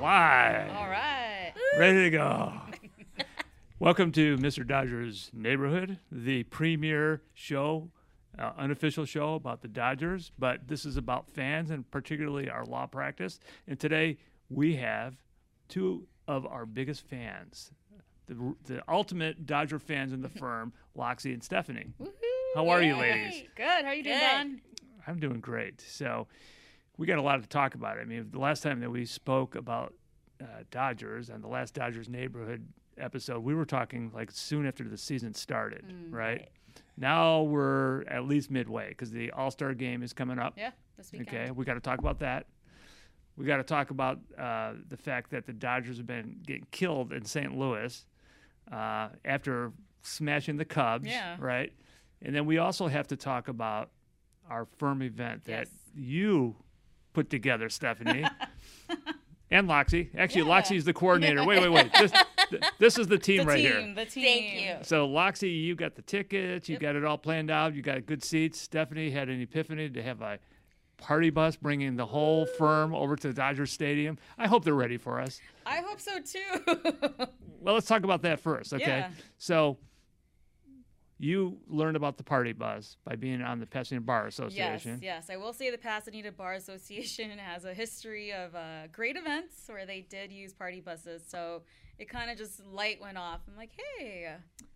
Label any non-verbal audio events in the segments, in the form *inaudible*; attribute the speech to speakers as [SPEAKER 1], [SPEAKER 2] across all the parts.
[SPEAKER 1] right.
[SPEAKER 2] All right.
[SPEAKER 1] Ready to go. *laughs* Welcome to Mr. Dodgers Neighborhood, the premier show, uh, unofficial show about the Dodgers, but this is about fans and particularly our law practice. And today we have two of our biggest fans, the, the ultimate Dodger fans in the firm, Loxie and Stephanie. How are you, ladies?
[SPEAKER 2] Hey, Good. How are you doing,
[SPEAKER 3] Good.
[SPEAKER 2] Don?
[SPEAKER 1] I'm doing great. So we got a lot to talk about. I mean, the last time that we spoke about uh, Dodgers on the last Dodgers neighborhood episode, we were talking like soon after the season started, right? Now we're at least midway because the All Star game is coming up.
[SPEAKER 2] Yeah, this weekend.
[SPEAKER 1] Okay, we got to talk about that. We got to talk about uh, the fact that the Dodgers have been getting killed in St. Louis uh, after smashing the Cubs,
[SPEAKER 2] Yeah.
[SPEAKER 1] right? And then we also have to talk about our firm event that
[SPEAKER 2] Yes.
[SPEAKER 1] you put together,
[SPEAKER 2] *laughs*
[SPEAKER 1] Stephanie. And Loxie. Actually,
[SPEAKER 2] Yeah.
[SPEAKER 1] Loxie's the coordinator. Wait, wait, wait.
[SPEAKER 2] *laughs*
[SPEAKER 1] This, th- this is the team
[SPEAKER 2] The
[SPEAKER 1] right
[SPEAKER 2] team.
[SPEAKER 1] here.
[SPEAKER 2] The team.
[SPEAKER 3] Thank you.
[SPEAKER 1] So, Loxie, you got the tickets. You
[SPEAKER 2] Yep.
[SPEAKER 1] got it all planned out. You got good seats. Stephanie had an epiphany to have a party bus bringing the whole firm over to Dodger Stadium. I hope they're ready for us.
[SPEAKER 2] I hope so
[SPEAKER 1] *laughs*
[SPEAKER 2] too.
[SPEAKER 1] Well, let's talk about that first, okay?
[SPEAKER 2] Yeah.
[SPEAKER 1] So, you learned about the party bus by being on the Pasadena Bar
[SPEAKER 2] yes,
[SPEAKER 1] Association.
[SPEAKER 2] yes. I will say the Pasadena Bar Association has a history of uh, great events where they did use party buses. So it kind of just light went off. I'm like, hey,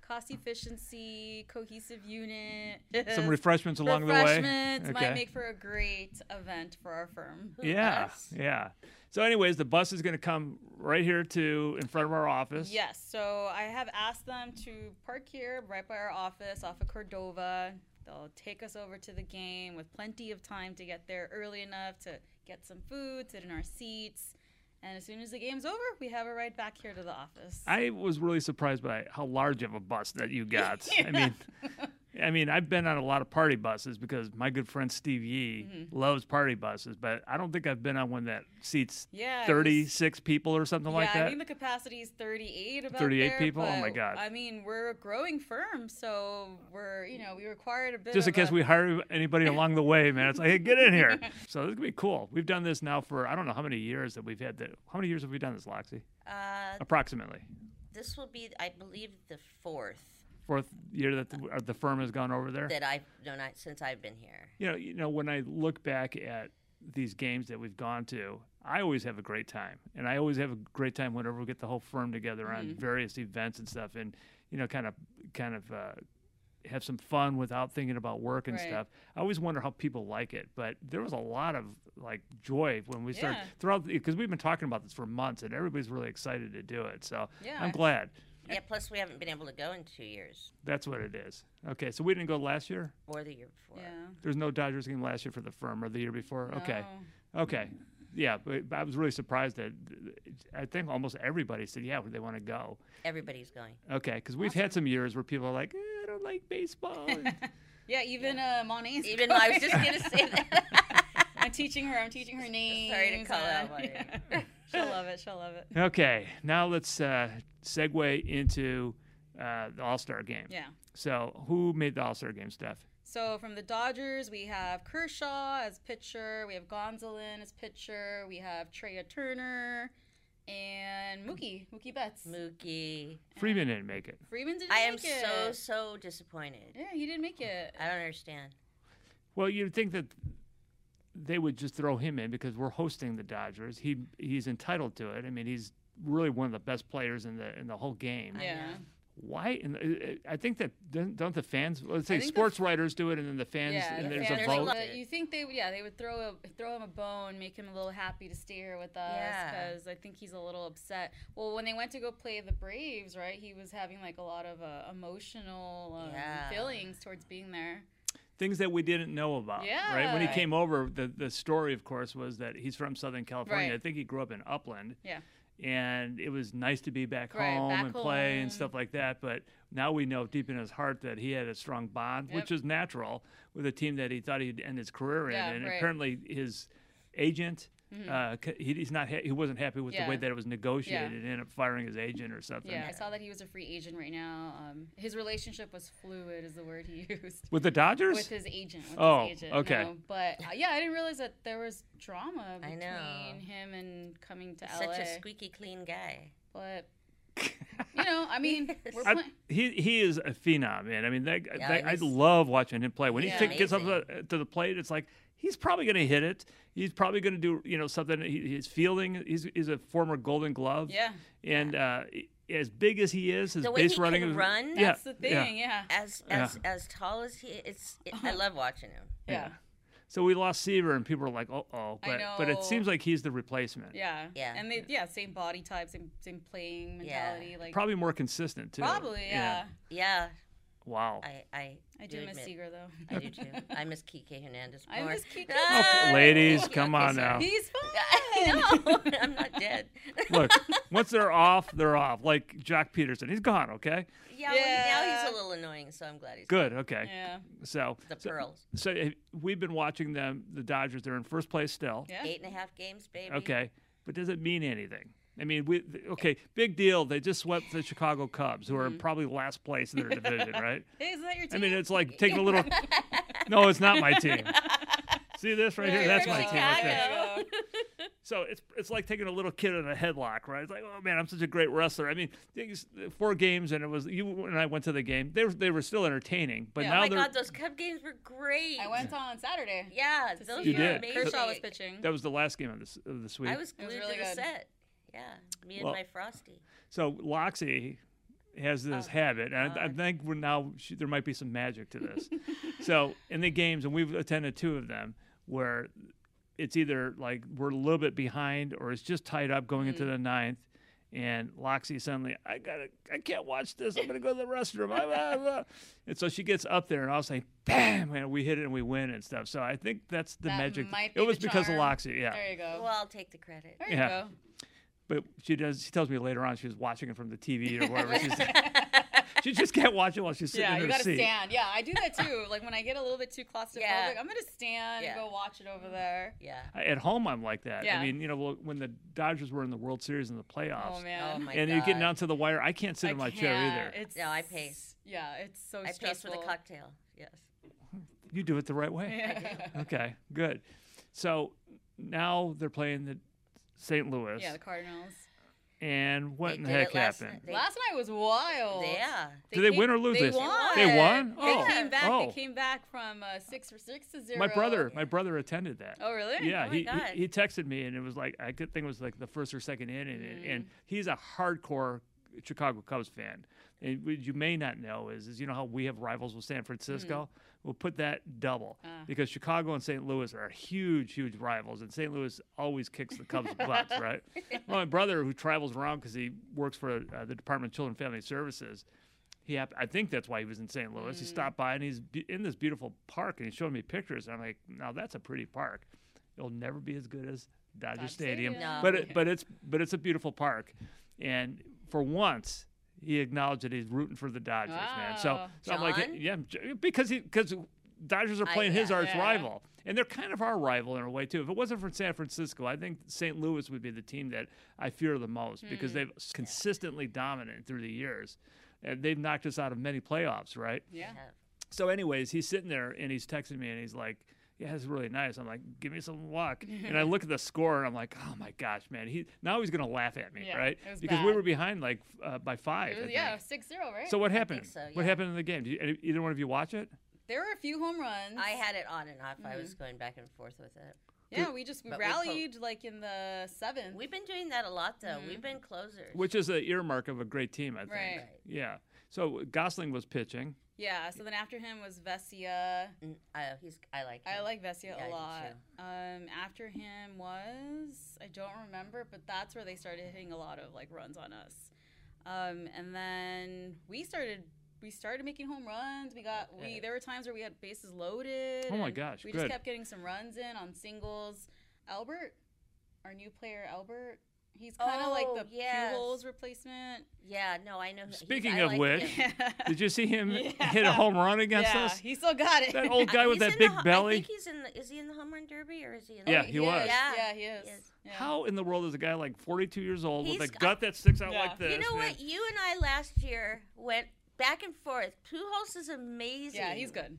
[SPEAKER 2] cost efficiency, cohesive unit. *laughs*
[SPEAKER 1] Some refreshments along
[SPEAKER 2] refreshments
[SPEAKER 1] the way.
[SPEAKER 2] might make for a great event for our firm.
[SPEAKER 1] yeah,
[SPEAKER 2] Yes.
[SPEAKER 1] yeah. So, anyways, the bus is going to come right here to in front of our office.
[SPEAKER 2] Yes. So I have asked them to park here right by our office off of Cordova. They'll take us over to the game with plenty of time to get there early enough to get some food, sit in our seats. And as soon as the game's over, we have a ride back here to the office.
[SPEAKER 1] I was really surprised by how large of a bus that
[SPEAKER 2] *laughs*
[SPEAKER 1] you got. I mean, I mean, I've been on a lot of party buses because my good friend Steve Yee
[SPEAKER 2] Mm-hmm.
[SPEAKER 1] loves party buses, but I don't think I've been on one that seats
[SPEAKER 2] Yeah, it was-
[SPEAKER 1] 36 people or something
[SPEAKER 2] yeah,
[SPEAKER 1] like that.
[SPEAKER 2] I think the capacity is 38 about
[SPEAKER 1] 38
[SPEAKER 2] there,
[SPEAKER 1] people? Oh my
[SPEAKER 2] but,
[SPEAKER 1] God.
[SPEAKER 2] I mean, we're a growing firm, so we're, you know, we required a bit
[SPEAKER 1] just in
[SPEAKER 2] of
[SPEAKER 1] case
[SPEAKER 2] a-
[SPEAKER 1] we hire
[SPEAKER 2] *laughs*
[SPEAKER 1] anybody along the way, man. It's like, hey, get in here. So this could be cool. We've done this now for I don't know how many years that we've had. The, how many years have we done this, Loxy?
[SPEAKER 3] Uh,
[SPEAKER 1] Approximately.
[SPEAKER 3] this will be, I believe, the fourth
[SPEAKER 1] Fourth year that the, uh, the firm has gone over there.
[SPEAKER 3] that I've known I, since I've been here.
[SPEAKER 1] you know, you know, when I look back at these games that we've gone to, I always have a great time, and I always have a great time whenever we get the whole firm together
[SPEAKER 2] Mm-hmm.
[SPEAKER 1] on various events and stuff, and you know, kind of, kind of uh, have some fun without thinking about work and
[SPEAKER 2] Right.
[SPEAKER 1] stuff. I always wonder how people like it, but there was a lot of like joy when we started
[SPEAKER 2] Yeah.
[SPEAKER 1] throughout because we've been talking about this for months, and everybody's really excited to do it. So
[SPEAKER 2] Yeah.
[SPEAKER 1] I'm glad
[SPEAKER 3] Yeah, plus we haven't been able to go in two years
[SPEAKER 1] that's what it is. Okay, so we didn't go last year.
[SPEAKER 3] or the year before.
[SPEAKER 2] Yeah. Oh.
[SPEAKER 1] There's no Dodgers game last year for the firm or the year before. Okay.
[SPEAKER 2] No.
[SPEAKER 1] Okay. Yeah, but but I was really surprised that I think almost everybody said, yeah, they want to go.
[SPEAKER 3] Everybody's going.
[SPEAKER 1] Okay, because we've had some years where people are like, eh, I don't like
[SPEAKER 2] *laughs*
[SPEAKER 1] baseball. and-
[SPEAKER 2] Yeah, even uh, Monet's
[SPEAKER 3] Even though
[SPEAKER 2] going.
[SPEAKER 3] I was
[SPEAKER 2] *laughs*
[SPEAKER 3] just going to say that.
[SPEAKER 2] I'm teaching her. I'm teaching
[SPEAKER 3] *laughs*
[SPEAKER 2] her name.
[SPEAKER 3] call out my *laughs* name.
[SPEAKER 2] she'll love it. She'll love it.
[SPEAKER 1] okay, now let's uh, segue into uh, the All Star game.
[SPEAKER 2] Yeah.
[SPEAKER 1] So, who made the All Star game, Steph?
[SPEAKER 2] So from the Dodgers, we have Kershaw as pitcher. We have Gonzalez as pitcher. We have Treya Turner and Mookie. Mookie Betts.
[SPEAKER 3] Mookie.
[SPEAKER 2] Uh,
[SPEAKER 1] Freeman didn't make it.
[SPEAKER 2] Freeman didn't
[SPEAKER 3] I am
[SPEAKER 2] make
[SPEAKER 3] so,
[SPEAKER 2] it.
[SPEAKER 3] so disappointed.
[SPEAKER 2] yeah, he didn't make it.
[SPEAKER 3] I don't understand.
[SPEAKER 1] Well, you'd think that they would just throw him in because we're hosting the Dodgers. He he's entitled to it. I mean, he's really one of the best players in the in the whole game.
[SPEAKER 2] Yeah.
[SPEAKER 1] why? And uh, uh, I think that don't don't the fans? Let's say
[SPEAKER 2] think the
[SPEAKER 1] sports writers do it, and then the fans,
[SPEAKER 2] Yeah,
[SPEAKER 1] and
[SPEAKER 2] the
[SPEAKER 1] there's
[SPEAKER 2] fans
[SPEAKER 1] a
[SPEAKER 2] would
[SPEAKER 1] vote.
[SPEAKER 2] love it. You think they would? Yeah, they would throw a, throw him a bone, make him a little happy to stay here with us
[SPEAKER 3] Yeah.
[SPEAKER 2] because I think he's a little upset. Well, when they went to go play the Braves, right? He was having like a lot of uh, emotional um,
[SPEAKER 3] Yeah.
[SPEAKER 2] feelings towards being there.
[SPEAKER 1] Things that we didn't know about. Right. When he
[SPEAKER 2] Yeah.
[SPEAKER 1] came over, the the story, of course, was that he's from Southern California.
[SPEAKER 2] Right.
[SPEAKER 1] I think he grew up in Upland.
[SPEAKER 2] Yeah.
[SPEAKER 1] And it was nice to be back
[SPEAKER 2] Right,
[SPEAKER 1] home
[SPEAKER 2] back
[SPEAKER 1] and play
[SPEAKER 2] home.
[SPEAKER 1] and stuff like that. But now we know deep in his heart that he had a strong bond,
[SPEAKER 2] Yep.
[SPEAKER 1] which is natural with a team that he thought he'd end his career in.
[SPEAKER 2] Yeah,
[SPEAKER 1] and
[SPEAKER 2] right. Mm-hmm.
[SPEAKER 1] apparently his agent Uh, c- he, he's not. Ha- he wasn't happy with the way
[SPEAKER 2] Yeah.
[SPEAKER 1] that it was negotiated, and ended up firing his agent or something.
[SPEAKER 2] Yeah, I saw that he was a free agent right now. Um, his relationship was fluid, is the word he *laughs* used.
[SPEAKER 1] With the Dodgers,
[SPEAKER 2] With his agent. With
[SPEAKER 1] Oh,
[SPEAKER 2] his agent,
[SPEAKER 1] okay.
[SPEAKER 2] no. But uh, yeah, I didn't realize that there was drama
[SPEAKER 3] I
[SPEAKER 2] between
[SPEAKER 3] know.
[SPEAKER 2] him and coming to LA.
[SPEAKER 3] Such a squeaky clean guy.
[SPEAKER 1] *laughs*
[SPEAKER 2] but you know, I mean, we're
[SPEAKER 1] I-
[SPEAKER 2] playing.
[SPEAKER 1] he he is a phenom, man. I mean, that,
[SPEAKER 3] Yeah,
[SPEAKER 1] that- I
[SPEAKER 3] he's-
[SPEAKER 1] love watching him play. When
[SPEAKER 2] Yeah.
[SPEAKER 1] he t- gets up to the, to the plate, it's like he's probably going to hit it. He's probably going to do you know something. He, he's fielding. He's, he's a former Golden Glove.
[SPEAKER 2] Yeah,
[SPEAKER 1] And uh, as big as he is, his
[SPEAKER 3] The way
[SPEAKER 1] base
[SPEAKER 3] he
[SPEAKER 1] running
[SPEAKER 3] can
[SPEAKER 1] is-
[SPEAKER 3] run,
[SPEAKER 1] Yeah,
[SPEAKER 2] that's the thing. Yeah,
[SPEAKER 3] As
[SPEAKER 1] Yeah.
[SPEAKER 3] as as tall as he, it's. It, I love watching him.
[SPEAKER 2] yeah,
[SPEAKER 1] So we lost Seaver, and people are like, "Oh, oh,"
[SPEAKER 2] I
[SPEAKER 1] but but
[SPEAKER 2] know.
[SPEAKER 1] it seems like he's the replacement.
[SPEAKER 2] yeah,
[SPEAKER 3] Yeah.
[SPEAKER 2] And they, yeah, same body type, same same playing
[SPEAKER 3] Yeah.
[SPEAKER 2] mentality. Like
[SPEAKER 1] Probably more consistent too.
[SPEAKER 2] probably, yeah.
[SPEAKER 3] Yeah,
[SPEAKER 1] Wow.
[SPEAKER 3] I I,
[SPEAKER 2] I do miss
[SPEAKER 3] admit-
[SPEAKER 2] Seager though.
[SPEAKER 3] I do too. I miss Kike Hernandez
[SPEAKER 2] *laughs* I
[SPEAKER 3] more.
[SPEAKER 2] miss Kike.
[SPEAKER 3] Ah!
[SPEAKER 1] Oh, ladies,
[SPEAKER 3] Okay,
[SPEAKER 1] come
[SPEAKER 3] *laughs*
[SPEAKER 1] on
[SPEAKER 3] sorry.
[SPEAKER 1] now.
[SPEAKER 2] He's fine.
[SPEAKER 3] I know. *laughs*
[SPEAKER 2] *laughs*
[SPEAKER 3] I'm not dead.
[SPEAKER 1] Look, once they're off, they're off. Like Jack Peterson, he's gone. Okay.
[SPEAKER 3] Yeah, well, now
[SPEAKER 2] Yeah.
[SPEAKER 3] he's a little annoying, so I'm glad he's
[SPEAKER 1] Good. Okay.
[SPEAKER 2] Yeah,
[SPEAKER 1] So
[SPEAKER 3] The
[SPEAKER 1] so-
[SPEAKER 3] pearls.
[SPEAKER 1] So eh, we've been watching them, the Dodgers. They're in first place still.
[SPEAKER 2] yeah.
[SPEAKER 3] Eight and a half games, baby.
[SPEAKER 1] Okay, but does it mean anything? I mean, we th- okay, big deal. They just swept the Chicago Cubs, who are in probably last place in their division, right?
[SPEAKER 2] Hey, is that your
[SPEAKER 1] I
[SPEAKER 2] team?
[SPEAKER 1] mean, it's like taking a little. No, it's not my team. See this right here?
[SPEAKER 2] Yeah,
[SPEAKER 1] That's
[SPEAKER 2] you're
[SPEAKER 1] my
[SPEAKER 2] from
[SPEAKER 1] team. Right there.
[SPEAKER 2] Chicago.
[SPEAKER 1] So it's it's like taking a little kid in a headlock, right? It's like, oh man, I'm such a great wrestler. I mean, these four games, and it was you and I went to the game. They were, they were still entertaining, but
[SPEAKER 2] Yeah.
[SPEAKER 1] now
[SPEAKER 3] Oh my
[SPEAKER 1] they're
[SPEAKER 3] God, those Cub games were great.
[SPEAKER 2] I went on Saturday.
[SPEAKER 3] Yeah,
[SPEAKER 2] to
[SPEAKER 3] those
[SPEAKER 2] see
[SPEAKER 1] You
[SPEAKER 3] were
[SPEAKER 2] her.
[SPEAKER 1] did.
[SPEAKER 3] amazing.
[SPEAKER 2] Kershaw was pitching.
[SPEAKER 1] that was the last game of this of this week.
[SPEAKER 3] I was
[SPEAKER 2] It
[SPEAKER 3] glued
[SPEAKER 2] was really
[SPEAKER 3] to the
[SPEAKER 2] good.
[SPEAKER 3] set. Yeah, me and
[SPEAKER 1] Well-
[SPEAKER 3] my Frosty.
[SPEAKER 1] So Loxy has this
[SPEAKER 2] Oh,
[SPEAKER 1] habit, and I, I
[SPEAKER 3] God.
[SPEAKER 1] think we're now she, there might be some magic to this. so in the games, and we've attended two of them where it's either like we're a little bit behind or it's just tied up going
[SPEAKER 2] Mm-hmm.
[SPEAKER 1] into the ninth. And Loxy suddenly, I gotta, I can't watch this. I'm gonna go to the restroom. Ah, ah, ah." And so she gets up there, and I'll say, "Bam!" And we hit it, and we win and stuff. So I think that's the
[SPEAKER 2] That
[SPEAKER 1] magic.
[SPEAKER 2] might be
[SPEAKER 1] it
[SPEAKER 2] the
[SPEAKER 1] was because of
[SPEAKER 2] charm.
[SPEAKER 1] Loxy, yeah.
[SPEAKER 2] There you go.
[SPEAKER 3] Well, I'll take the credit.
[SPEAKER 2] there you
[SPEAKER 1] yeah.
[SPEAKER 2] go.
[SPEAKER 1] But she does. She tells me later on she was watching it from the TV
[SPEAKER 2] *laughs*
[SPEAKER 1] or wherever. She's, she just can't watch it while she's sitting in
[SPEAKER 2] Yeah, you
[SPEAKER 1] her
[SPEAKER 2] gotta
[SPEAKER 1] seat.
[SPEAKER 2] stand. Yeah, I do that too. Like when I get a little bit too claustrophobic,
[SPEAKER 3] Yeah.
[SPEAKER 2] I'm gonna stand
[SPEAKER 3] Yeah.
[SPEAKER 2] and go watch it over there.
[SPEAKER 3] *laughs* Yeah.
[SPEAKER 1] I- At home, I'm like that.
[SPEAKER 2] Yeah.
[SPEAKER 1] I mean, you know, well, when the Dodgers were in the World Series in the playoffs,
[SPEAKER 2] Oh man.
[SPEAKER 3] Oh my
[SPEAKER 1] and
[SPEAKER 3] God.
[SPEAKER 1] you're getting down to the wire, I can't sit
[SPEAKER 2] I
[SPEAKER 1] in my
[SPEAKER 2] can't.
[SPEAKER 1] chair either.
[SPEAKER 2] It's,
[SPEAKER 3] No, I pace.
[SPEAKER 2] Yeah, it's so
[SPEAKER 3] I paced
[SPEAKER 2] stressful.
[SPEAKER 3] with a
[SPEAKER 2] *laughs*
[SPEAKER 3] cocktail. Yes.
[SPEAKER 1] You do it the right way.
[SPEAKER 2] Yeah.
[SPEAKER 1] Okay, good. So now they're playing the St. Louis,
[SPEAKER 2] yeah, the Cardinals.
[SPEAKER 1] and what
[SPEAKER 3] They
[SPEAKER 1] in the
[SPEAKER 3] did it
[SPEAKER 1] heck
[SPEAKER 3] last
[SPEAKER 1] happened?
[SPEAKER 3] night. They-
[SPEAKER 2] Last night was wild.
[SPEAKER 3] Yeah.
[SPEAKER 1] Did they win or lose
[SPEAKER 2] They
[SPEAKER 1] this?
[SPEAKER 2] won.
[SPEAKER 1] They won?
[SPEAKER 2] They
[SPEAKER 1] Oh.
[SPEAKER 2] came back.
[SPEAKER 1] Oh.
[SPEAKER 2] They came back from uh, six for six to zero.
[SPEAKER 1] My brother, my brother attended that.
[SPEAKER 2] Oh really?
[SPEAKER 1] Yeah,
[SPEAKER 3] Oh my
[SPEAKER 1] he,
[SPEAKER 3] God.
[SPEAKER 1] he he texted me and it was like I could think it was like the first or second inning, and,
[SPEAKER 3] Mm.
[SPEAKER 1] and he's a hardcore Chicago Cubs fan. And what you may not know is, is you know how we have rivals with San Francisco.
[SPEAKER 3] Mm.
[SPEAKER 1] We'll put that double
[SPEAKER 3] Uh.
[SPEAKER 2] Ah.
[SPEAKER 1] because Chicago and St. Louis are huge, huge rivals, and St. Louis always kicks the Cubs' butts, right?
[SPEAKER 3] *laughs*
[SPEAKER 1] Well, my brother, who travels around because he works for uh, the Department of Children and Family Services, he hap- I think that's why he was in St. Louis. He stopped by and he's be- in this beautiful park and he's showing me pictures. And I'm like, now that's a pretty park. It'll never be as good as Dodger
[SPEAKER 2] Dodger
[SPEAKER 1] Stadium,
[SPEAKER 2] Stadium.
[SPEAKER 1] but
[SPEAKER 3] No.
[SPEAKER 1] it, but it's but it's a beautiful park. And for once, he acknowledged that he's rooting for the Dodgers, man. So,
[SPEAKER 2] Wow.
[SPEAKER 1] so I'm like,
[SPEAKER 3] John?
[SPEAKER 1] yeah, J- because he because Dodgers are
[SPEAKER 3] I-
[SPEAKER 1] playing his
[SPEAKER 3] yeah.
[SPEAKER 1] arch
[SPEAKER 2] Yeah.
[SPEAKER 1] rival, and they're kind of our rival in a way too. If it wasn't for San Francisco, I think St. Louis would be the team that I fear the most because they've s- consistently dominant through the years, and they've knocked us out of many playoffs, right?
[SPEAKER 2] Yeah.
[SPEAKER 3] Yeah.
[SPEAKER 1] So, anyways, he's sitting there and he's texting me and he's like, "Yeah, it's really nice." I'm like, "Give me some luck." and I look at the score and I'm like, "Oh my gosh, man! He now he's gonna laugh at me,
[SPEAKER 2] Yeah,
[SPEAKER 1] right?
[SPEAKER 2] it was
[SPEAKER 1] Because we
[SPEAKER 2] bad.
[SPEAKER 1] were behind like f- uh, by five.
[SPEAKER 2] It was,
[SPEAKER 1] I
[SPEAKER 2] yeah,
[SPEAKER 1] think.
[SPEAKER 2] six zero, right?
[SPEAKER 1] So what
[SPEAKER 3] think
[SPEAKER 1] happened?
[SPEAKER 3] so,
[SPEAKER 1] What
[SPEAKER 3] yeah.
[SPEAKER 1] happened in the game? Did you, any- either one of you watch
[SPEAKER 2] *laughs*
[SPEAKER 1] it?
[SPEAKER 2] there were a few home runs.
[SPEAKER 3] I had it on and off. I was
[SPEAKER 2] Mm-hmm.
[SPEAKER 3] going back and forth with it.
[SPEAKER 2] Yeah, we just we
[SPEAKER 3] But we pro-
[SPEAKER 2] rallied like in the seventh.
[SPEAKER 3] We've been doing that a lot, though.
[SPEAKER 2] Mm-hmm.
[SPEAKER 3] We've been closers.
[SPEAKER 1] Which is the earmark of a great team, I think.
[SPEAKER 2] Right.
[SPEAKER 3] Right.
[SPEAKER 1] Yeah. So Gosling was pitching.
[SPEAKER 2] yeah. So then after him was Vesia.
[SPEAKER 3] Mm, I, he's, I like
[SPEAKER 2] I
[SPEAKER 3] him.
[SPEAKER 2] like Vesia
[SPEAKER 3] Yeah, I
[SPEAKER 2] a
[SPEAKER 3] do
[SPEAKER 2] lot.
[SPEAKER 3] too.
[SPEAKER 2] Um, after him was I don't remember, but that's where they started hitting a lot of like runs on us. Um, and then we started we started making home runs. We got we
[SPEAKER 3] Okay.
[SPEAKER 2] there were times where we had bases loaded.
[SPEAKER 1] Oh my
[SPEAKER 2] and
[SPEAKER 1] gosh,
[SPEAKER 2] We
[SPEAKER 1] good.
[SPEAKER 2] just kept getting some runs in on singles. Albert, our new player Albert, He's kind of
[SPEAKER 3] Oh,
[SPEAKER 2] like the
[SPEAKER 3] yes.
[SPEAKER 2] pew holes replacement.
[SPEAKER 3] Yeah, no, I know. who- he's-
[SPEAKER 1] Speaking
[SPEAKER 3] I
[SPEAKER 1] of
[SPEAKER 3] like
[SPEAKER 1] which-
[SPEAKER 3] him.
[SPEAKER 2] Did *laughs*
[SPEAKER 1] Did you see him
[SPEAKER 2] Yeah.
[SPEAKER 1] *laughs* hit a home run against
[SPEAKER 2] yeah,
[SPEAKER 1] us?
[SPEAKER 2] he still got it.
[SPEAKER 1] That old guy with
[SPEAKER 3] Uh,
[SPEAKER 1] that
[SPEAKER 3] He's in
[SPEAKER 1] big
[SPEAKER 3] the, ho- I
[SPEAKER 1] belly.
[SPEAKER 3] think he's in. The, is he in the home run derby or is he in?
[SPEAKER 1] Yeah,
[SPEAKER 3] the,
[SPEAKER 1] he was.
[SPEAKER 2] is.
[SPEAKER 3] Oh, Yeah,
[SPEAKER 2] Yeah, he
[SPEAKER 3] he
[SPEAKER 2] is.
[SPEAKER 3] is.
[SPEAKER 2] Yeah.
[SPEAKER 1] How in the world is a guy like 42 years old with
[SPEAKER 3] He's-
[SPEAKER 1] a gut that sticks out
[SPEAKER 2] Yeah.
[SPEAKER 1] like this?
[SPEAKER 3] You know
[SPEAKER 1] man?
[SPEAKER 3] what? You and I last year went back and forth. Pujols is amazing.
[SPEAKER 2] Yeah, he's good.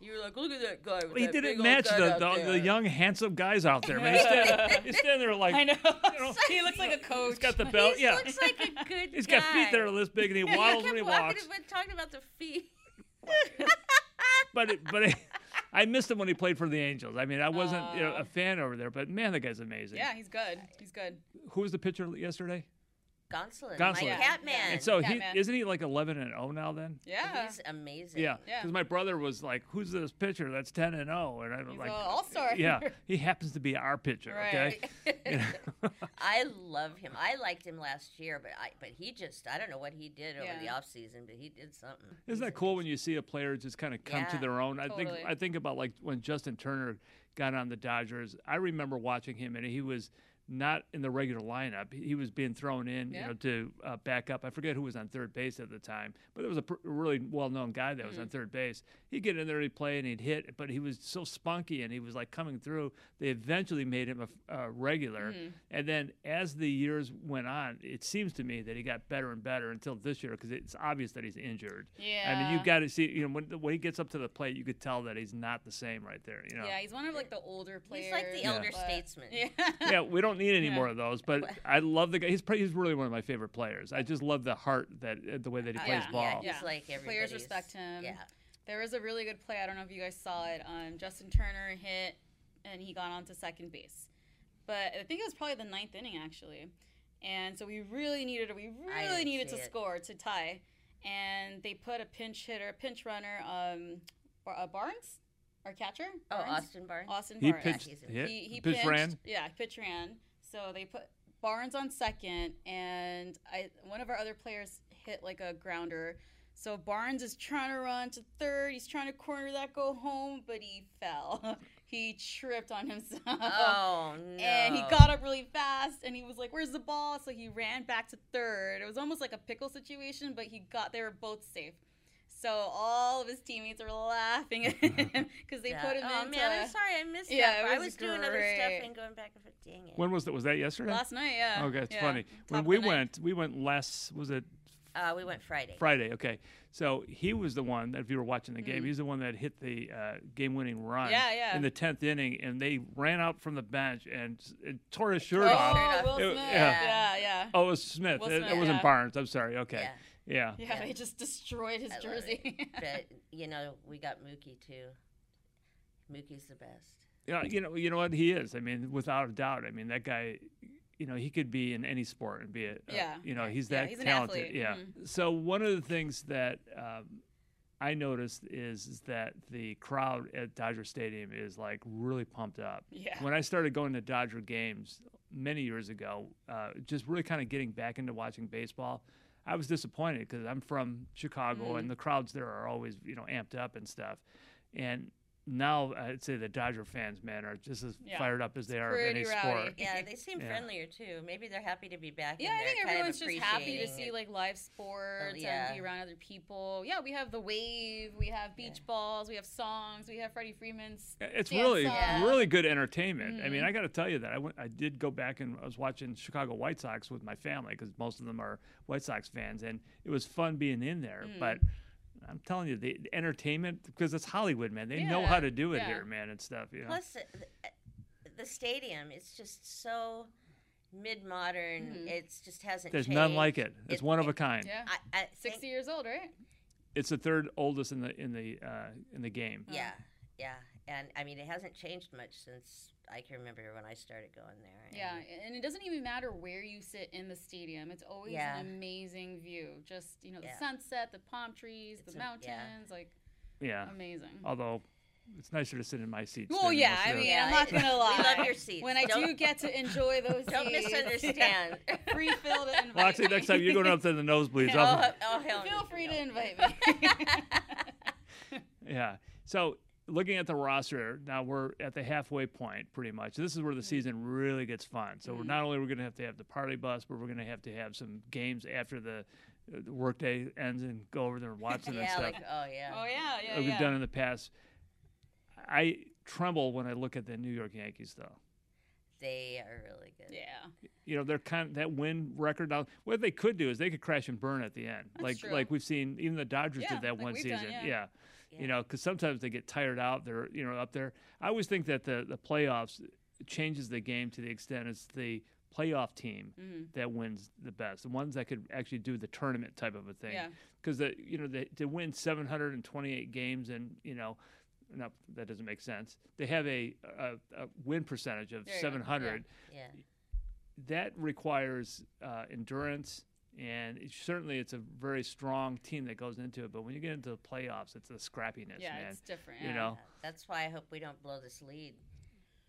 [SPEAKER 3] You were like, look at that guy. With
[SPEAKER 1] He
[SPEAKER 3] that
[SPEAKER 1] didn't
[SPEAKER 3] big old
[SPEAKER 1] match
[SPEAKER 3] gut
[SPEAKER 1] the,
[SPEAKER 3] out
[SPEAKER 1] the, the
[SPEAKER 3] there."
[SPEAKER 1] young handsome guys out there,
[SPEAKER 3] *laughs*
[SPEAKER 1] man. He's standing, he's standing there like *laughs*
[SPEAKER 2] I know.
[SPEAKER 1] know,
[SPEAKER 2] *laughs* he looks like a coach.
[SPEAKER 1] he's got the
[SPEAKER 3] He
[SPEAKER 1] belt. Yeah,
[SPEAKER 3] looks like a good
[SPEAKER 1] *laughs* he's got feet that are
[SPEAKER 3] guy.
[SPEAKER 1] this big, and he
[SPEAKER 3] I
[SPEAKER 1] waddles
[SPEAKER 3] kept
[SPEAKER 1] when he
[SPEAKER 3] walking
[SPEAKER 1] walks.
[SPEAKER 3] and went talking about the feet.
[SPEAKER 1] But it, but it, I missed him when he played for the Angels. I mean, I wasn't you know, a
[SPEAKER 2] Oh.
[SPEAKER 1] fan over there, but man, that guy's amazing.
[SPEAKER 2] *laughs* Yeah, he's good. He's good.
[SPEAKER 1] Who was the pitcher yesterday?
[SPEAKER 3] Gonsolin, my
[SPEAKER 1] Gonsolin.
[SPEAKER 3] cat man.
[SPEAKER 1] And so he
[SPEAKER 2] Batman.
[SPEAKER 1] isn't he like 11 and 0 now then?
[SPEAKER 2] Yeah.
[SPEAKER 3] he's amazing.
[SPEAKER 1] Yeah,
[SPEAKER 2] Yeah.
[SPEAKER 1] because my brother was like, "Who's this pitcher that's 10 and 0?" And I was
[SPEAKER 2] He's
[SPEAKER 1] like,
[SPEAKER 2] an all-star. *laughs*
[SPEAKER 1] Yeah, he happens to be our pitcher. Okay. *laughs* You know?
[SPEAKER 3] I love him. I liked him last year, but I but he just I don't know what he did over
[SPEAKER 2] Yeah.
[SPEAKER 3] the off season, but he did something. He's
[SPEAKER 1] Isn't that cool when you see a player just kind of come to
[SPEAKER 3] Yeah,
[SPEAKER 1] their own? I think
[SPEAKER 2] totally.
[SPEAKER 1] I think about like when Justin Turner got on the Dodgers. I remember watching him, and he was not in the regular lineup. He he was being thrown in, you
[SPEAKER 2] Yeah.
[SPEAKER 1] know, to uh, back up. I forget who was on third base at the time, but there was a pr- really well-known guy that was on
[SPEAKER 2] Mm-hmm.
[SPEAKER 1] third base. He'd get in there, he'd play, and he'd hit. But he was so spunky, and he was like coming through. They eventually made him a f- a regular,
[SPEAKER 2] Mm-hmm. Hmm.
[SPEAKER 1] and then as the years went on, it seems to me that he got better and better until this year because it's obvious that he's injured. I mean, you
[SPEAKER 2] Yeah.
[SPEAKER 1] got to see, you know, when, when he gets up to the plate, you could tell that he's not the same right there, you know.
[SPEAKER 2] Yeah, *laughs* he's one of like the older players.
[SPEAKER 3] He's like the elder
[SPEAKER 2] but- *laughs*
[SPEAKER 3] statesman.
[SPEAKER 2] Yeah.
[SPEAKER 1] Yeah, we don't need any
[SPEAKER 2] Yeah.
[SPEAKER 1] more of those, but
[SPEAKER 2] *laughs*
[SPEAKER 1] I love the guy. He's pretty, he's really one of my favorite players. I just love the heart that uh, the way that he plays
[SPEAKER 2] Oh, yeah,
[SPEAKER 1] ball.
[SPEAKER 3] he's like
[SPEAKER 2] Players
[SPEAKER 3] everybody's-
[SPEAKER 2] respect him.
[SPEAKER 3] Yeah,
[SPEAKER 2] There was a really good play. I don't know if you guys saw it. Um, Justin Turner hit, and he got onto second base. But I think it was probably the ninth inning actually, and so we really needed we
[SPEAKER 3] I
[SPEAKER 2] really
[SPEAKER 3] didn't
[SPEAKER 2] needed
[SPEAKER 3] see
[SPEAKER 2] to
[SPEAKER 3] it.
[SPEAKER 2] score to tie, and they put a pinch hitter, a pinch runner, um, Bar- uh, Barnes, our catcher.
[SPEAKER 3] Oh,
[SPEAKER 2] Barnes?
[SPEAKER 3] Austin Barnes.
[SPEAKER 2] Austin
[SPEAKER 1] He
[SPEAKER 2] Barnes.
[SPEAKER 1] pitched,
[SPEAKER 3] he's-
[SPEAKER 1] hit,
[SPEAKER 2] He, he
[SPEAKER 1] pitched,
[SPEAKER 2] pitched,
[SPEAKER 1] ran.
[SPEAKER 2] Yeah, pitch ran. So they put Barnes on second, and I one of our other players hit like a grounder. So Barnes is trying to run to third. He's trying to corner that go home, but he fell. *laughs* he tripped on himself.
[SPEAKER 3] Oh
[SPEAKER 2] *laughs*
[SPEAKER 3] no.
[SPEAKER 2] And he got up really fast and he was like, Where's the ball? So he ran back to third. It was almost like a pickle situation, but he got they were both safe. So all of his teammates were laughing
[SPEAKER 3] *laughs*
[SPEAKER 2] at him because they
[SPEAKER 3] Yeah.
[SPEAKER 2] put him
[SPEAKER 3] Oh
[SPEAKER 2] into
[SPEAKER 3] man, I'm sorry, I missed
[SPEAKER 2] Yeah,
[SPEAKER 3] that.
[SPEAKER 2] it
[SPEAKER 3] part. I
[SPEAKER 2] was
[SPEAKER 3] was doing other stuff
[SPEAKER 2] great.
[SPEAKER 3] and going back and forth. Dang it.
[SPEAKER 1] When was that? Was that yesterday?
[SPEAKER 2] last night, yeah.
[SPEAKER 1] okay, it's
[SPEAKER 2] Yeah.
[SPEAKER 1] funny.
[SPEAKER 2] Top
[SPEAKER 1] When
[SPEAKER 2] of
[SPEAKER 1] we
[SPEAKER 2] the ninth.
[SPEAKER 1] went, we went last, was it
[SPEAKER 3] uh, we went Friday.
[SPEAKER 1] Friday? Okay. So he was the one, that if you were watching the game, he's the one that hit the uh, game winning run
[SPEAKER 2] Mm-hmm. Yeah, yeah.
[SPEAKER 1] in the 10th inning, and they ran out from the bench and, and tore his shirt
[SPEAKER 3] Oh,
[SPEAKER 1] off.
[SPEAKER 3] off.
[SPEAKER 2] Will
[SPEAKER 1] It-
[SPEAKER 2] Smith.
[SPEAKER 1] yeah.
[SPEAKER 2] Yeah, yeah.
[SPEAKER 1] Oh, it was Smith.
[SPEAKER 2] Will
[SPEAKER 1] it, it
[SPEAKER 2] Smith,
[SPEAKER 1] wasn't
[SPEAKER 2] yeah.
[SPEAKER 1] Barnes. I'm sorry. Okay.
[SPEAKER 3] Yeah.
[SPEAKER 1] Yeah.
[SPEAKER 2] Yeah,
[SPEAKER 3] Yeah.
[SPEAKER 2] they just destroyed his
[SPEAKER 3] I love
[SPEAKER 2] jersey. *laughs*
[SPEAKER 3] but you know, we got Mookie too. Mookie's the best.
[SPEAKER 1] Yeah, You know, you know what he is. I mean, without a doubt. I mean, that guy. You know, he could be in any sport and be a. a-
[SPEAKER 2] Yeah.
[SPEAKER 1] You know, he's
[SPEAKER 2] Yeah,
[SPEAKER 1] that
[SPEAKER 2] he's an
[SPEAKER 1] talented.
[SPEAKER 2] athlete. Mm-hmm.
[SPEAKER 1] Yeah. So one of the things that um, I noticed is, is that the crowd at Dodger Stadium is like really pumped up.
[SPEAKER 2] Yeah.
[SPEAKER 1] When I started going to Dodger games many years ago, uh, just really kind of getting back into watching baseball. I was disappointed because I'm from Chicago
[SPEAKER 2] Mm-hmm.
[SPEAKER 1] and the crowds there are always, you know, amped up and stuff. And now I'd say the Dodger fans, man, are just as
[SPEAKER 2] Yeah.
[SPEAKER 1] fired up as they are of
[SPEAKER 2] pretty
[SPEAKER 1] any
[SPEAKER 2] rowdy.
[SPEAKER 1] sport.
[SPEAKER 3] Yeah, they
[SPEAKER 1] *laughs*
[SPEAKER 3] seem
[SPEAKER 1] Yeah.
[SPEAKER 3] friendlier too. Maybe they're happy to be back.
[SPEAKER 2] Yeah, I
[SPEAKER 3] and they're
[SPEAKER 2] think
[SPEAKER 3] kind of
[SPEAKER 2] everyone's just happy to
[SPEAKER 3] appreciating
[SPEAKER 2] see
[SPEAKER 3] it. Oh,
[SPEAKER 2] like live sports
[SPEAKER 3] yeah.
[SPEAKER 2] and be around other people. Yeah, we have the wave, we have beach balls, we have songs, we have Freddie Freeman's.
[SPEAKER 1] It's
[SPEAKER 2] dance
[SPEAKER 1] really,
[SPEAKER 2] off.
[SPEAKER 1] really good entertainment. I mean,
[SPEAKER 2] Mm-hmm.
[SPEAKER 1] I got to tell you that I went, I did go back and I was watching Chicago White Sox with my family because most of them are White Sox fans, and it was fun being in there.
[SPEAKER 2] Mm.
[SPEAKER 1] But I'm telling you, the, the entertainment because it's Hollywood, man. They know how
[SPEAKER 2] Yeah,
[SPEAKER 1] to do it
[SPEAKER 2] yeah.
[SPEAKER 1] here, man, and stuff. You know,
[SPEAKER 3] Plus, uh, th- uh, the stadium is just so mid-modern.
[SPEAKER 2] Mm-hmm.
[SPEAKER 3] It's just hasn't.
[SPEAKER 1] there's none
[SPEAKER 3] changed.
[SPEAKER 1] like it. It's one of a kind.
[SPEAKER 2] Yeah,
[SPEAKER 3] I, I think-
[SPEAKER 2] sixty years old, right?
[SPEAKER 1] It's the third oldest in the in the uh, in the game.
[SPEAKER 3] Yeah, yeah, and I mean it hasn't changed much since I can remember when I started going there. and-
[SPEAKER 2] Yeah, and it doesn't even matter where you sit in the stadium. It's always
[SPEAKER 3] Yeah.
[SPEAKER 2] an amazing view. Just you know, the
[SPEAKER 3] Yeah.
[SPEAKER 2] sunset, the palm trees,
[SPEAKER 3] It's
[SPEAKER 2] the
[SPEAKER 3] a- yeah.
[SPEAKER 2] mountains, like
[SPEAKER 1] Yeah.
[SPEAKER 2] amazing.
[SPEAKER 1] Although it's nicer to sit in my seat.
[SPEAKER 2] Um, Well,
[SPEAKER 1] than
[SPEAKER 2] yeah,
[SPEAKER 1] most
[SPEAKER 2] I
[SPEAKER 1] of the-
[SPEAKER 2] mean,
[SPEAKER 3] Yeah,
[SPEAKER 2] I'm not
[SPEAKER 3] it-
[SPEAKER 2] gonna
[SPEAKER 3] *laughs* we
[SPEAKER 2] lie.
[SPEAKER 3] love your seats.
[SPEAKER 2] When I
[SPEAKER 3] Don't-
[SPEAKER 2] do get to enjoy those,
[SPEAKER 3] *laughs* Don't
[SPEAKER 2] seats, *laughs*
[SPEAKER 3] misunderstand.
[SPEAKER 2] Free fill to invite.
[SPEAKER 1] Well, actually, next time you're going *laughs* up to
[SPEAKER 2] *laughs*
[SPEAKER 1] the nosebleeds.
[SPEAKER 3] oh,
[SPEAKER 1] I'll-
[SPEAKER 3] he- oh hell. *laughs*
[SPEAKER 2] Feel
[SPEAKER 3] no.
[SPEAKER 2] free to invite me.
[SPEAKER 1] yeah. So looking at the roster now, we're at the halfway point pretty much. This is where the
[SPEAKER 2] Mm-hmm.
[SPEAKER 1] season really gets fun. So we're not only we're going to have to have the party bus, but we're going to have to have some games after the, uh, the workday ends and go over there and watch
[SPEAKER 2] *laughs*
[SPEAKER 1] them and
[SPEAKER 3] yeah,
[SPEAKER 1] stuff
[SPEAKER 3] like oh yeah.
[SPEAKER 2] Oh yeah, yeah,
[SPEAKER 1] that we've
[SPEAKER 2] yeah.
[SPEAKER 1] done in the past. I tremble when I look at the New York Yankees, though.
[SPEAKER 3] They are really good.
[SPEAKER 2] yeah.
[SPEAKER 1] You know, they're kind of that win record. Now, what they could do is they could crash and burn at the end,
[SPEAKER 2] That's
[SPEAKER 1] like
[SPEAKER 2] true.
[SPEAKER 1] like we've seen. Even the Dodgers
[SPEAKER 2] Yeah,
[SPEAKER 1] did that
[SPEAKER 2] like
[SPEAKER 1] one
[SPEAKER 2] we've
[SPEAKER 1] season.
[SPEAKER 2] done, yeah.
[SPEAKER 1] yeah.
[SPEAKER 3] Yeah.
[SPEAKER 1] you know, because sometimes they get tired out. They're you know up there. I always think that the the playoffs changes the game to the extent it's the playoff team
[SPEAKER 3] Mm-hmm.
[SPEAKER 2] Mhm.
[SPEAKER 1] that wins the best, the ones that could actually do the tournament type of a thing.
[SPEAKER 2] Yeah.
[SPEAKER 1] Because the you know they, to win 728 games and you know. No, that doesn't make sense. They have a, a, a win percentage of
[SPEAKER 2] There you go, yeah.
[SPEAKER 1] 700
[SPEAKER 3] Yeah.
[SPEAKER 1] that requires uh, endurance, and it, certainly it's a very strong team that goes into it. But when you get into the playoffs, it's the scrappiness,
[SPEAKER 2] yeah,
[SPEAKER 1] man.
[SPEAKER 2] it's different.
[SPEAKER 1] you
[SPEAKER 2] yeah.
[SPEAKER 1] know?
[SPEAKER 3] Uh, That's why I hope we don't blow this lead.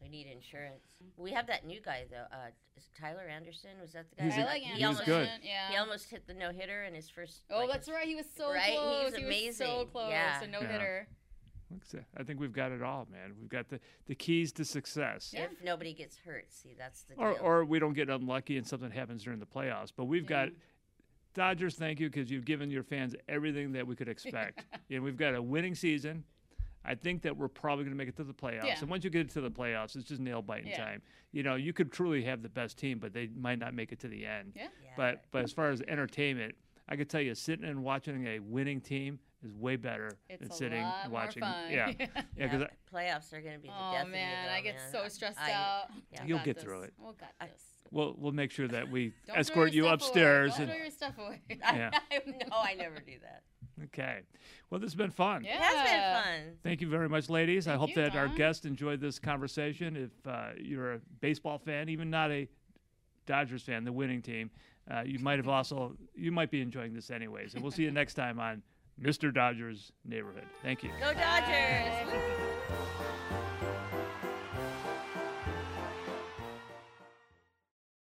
[SPEAKER 3] We need insurance. We have that new guy though. Uh, is Tyler Anderson was that the guy?
[SPEAKER 1] He's
[SPEAKER 2] I
[SPEAKER 1] a-
[SPEAKER 2] like
[SPEAKER 1] he
[SPEAKER 2] Anderson.
[SPEAKER 1] was good.
[SPEAKER 2] Yeah.
[SPEAKER 3] He almost hit the no hitter in his first.
[SPEAKER 2] oh,
[SPEAKER 3] like,
[SPEAKER 2] that's
[SPEAKER 3] his-
[SPEAKER 2] right. He was so
[SPEAKER 3] Right? He
[SPEAKER 2] close.
[SPEAKER 3] was
[SPEAKER 2] so
[SPEAKER 3] amazing.
[SPEAKER 2] close.
[SPEAKER 3] Yeah.
[SPEAKER 2] A no
[SPEAKER 1] Yeah.
[SPEAKER 2] hitter.
[SPEAKER 1] Looks it. I think we've got it all, man. We've got the, the keys to success.
[SPEAKER 2] Yeah.
[SPEAKER 3] If nobody gets hurt, see that's the
[SPEAKER 1] Or,
[SPEAKER 3] deal.
[SPEAKER 1] or we don't get unlucky and something happens during the playoffs. But we've
[SPEAKER 2] Yeah.
[SPEAKER 1] got Dodgers, thank you, because you've given your fans everything that we could
[SPEAKER 2] *laughs*
[SPEAKER 1] expect. and we've got a winning season. I think that we're probably going to make it to the playoffs.
[SPEAKER 2] Yeah.
[SPEAKER 1] And once you get to the playoffs, it's just nail biting
[SPEAKER 2] Yeah.
[SPEAKER 1] time. You know, you could truly have the best team, but they might not make it to the end.
[SPEAKER 2] Yeah.
[SPEAKER 3] Yeah.
[SPEAKER 1] But, but as far as entertainment, I could tell you sitting and watching a winning team is way better
[SPEAKER 2] It's
[SPEAKER 1] than
[SPEAKER 2] a
[SPEAKER 1] sitting
[SPEAKER 2] lot
[SPEAKER 1] and
[SPEAKER 2] more
[SPEAKER 1] watching.
[SPEAKER 2] fun. *laughs*
[SPEAKER 1] Yeah. Yeah, because
[SPEAKER 3] playoffs are going to be the death
[SPEAKER 2] Oh
[SPEAKER 3] of me,
[SPEAKER 2] man,
[SPEAKER 3] though,
[SPEAKER 2] I get
[SPEAKER 3] man.
[SPEAKER 2] so stressed
[SPEAKER 3] I-
[SPEAKER 2] out.
[SPEAKER 3] yeah.
[SPEAKER 2] I
[SPEAKER 1] You'll
[SPEAKER 2] got
[SPEAKER 1] get
[SPEAKER 2] this.
[SPEAKER 1] through it.
[SPEAKER 2] We'll got
[SPEAKER 3] I-
[SPEAKER 2] this.
[SPEAKER 1] We'll we'll make sure that we
[SPEAKER 2] *laughs* Don't
[SPEAKER 1] escort you
[SPEAKER 2] throw your stuff away.
[SPEAKER 1] upstairs.
[SPEAKER 2] Don't
[SPEAKER 1] and-
[SPEAKER 2] throw your stuff away. *laughs*
[SPEAKER 1] Yeah.
[SPEAKER 3] no, *laughs* I never do that.
[SPEAKER 1] *laughs* okay. Well, this has been fun.
[SPEAKER 2] Yeah.
[SPEAKER 3] It has been fun.
[SPEAKER 1] Thank you very much, ladies. I
[SPEAKER 2] Thank
[SPEAKER 1] hope
[SPEAKER 2] you,
[SPEAKER 1] that our
[SPEAKER 2] Don.
[SPEAKER 1] guests enjoyed this conversation. If uh, you're a baseball fan, even not a Dodgers fan, the winning team, uh, you might have also you might be enjoying this anyways. And we'll
[SPEAKER 2] *laughs*
[SPEAKER 1] see you next time on Mr. Dodgers Neighborhood. Thank you.
[SPEAKER 3] Go Dodgers!
[SPEAKER 2] Bye.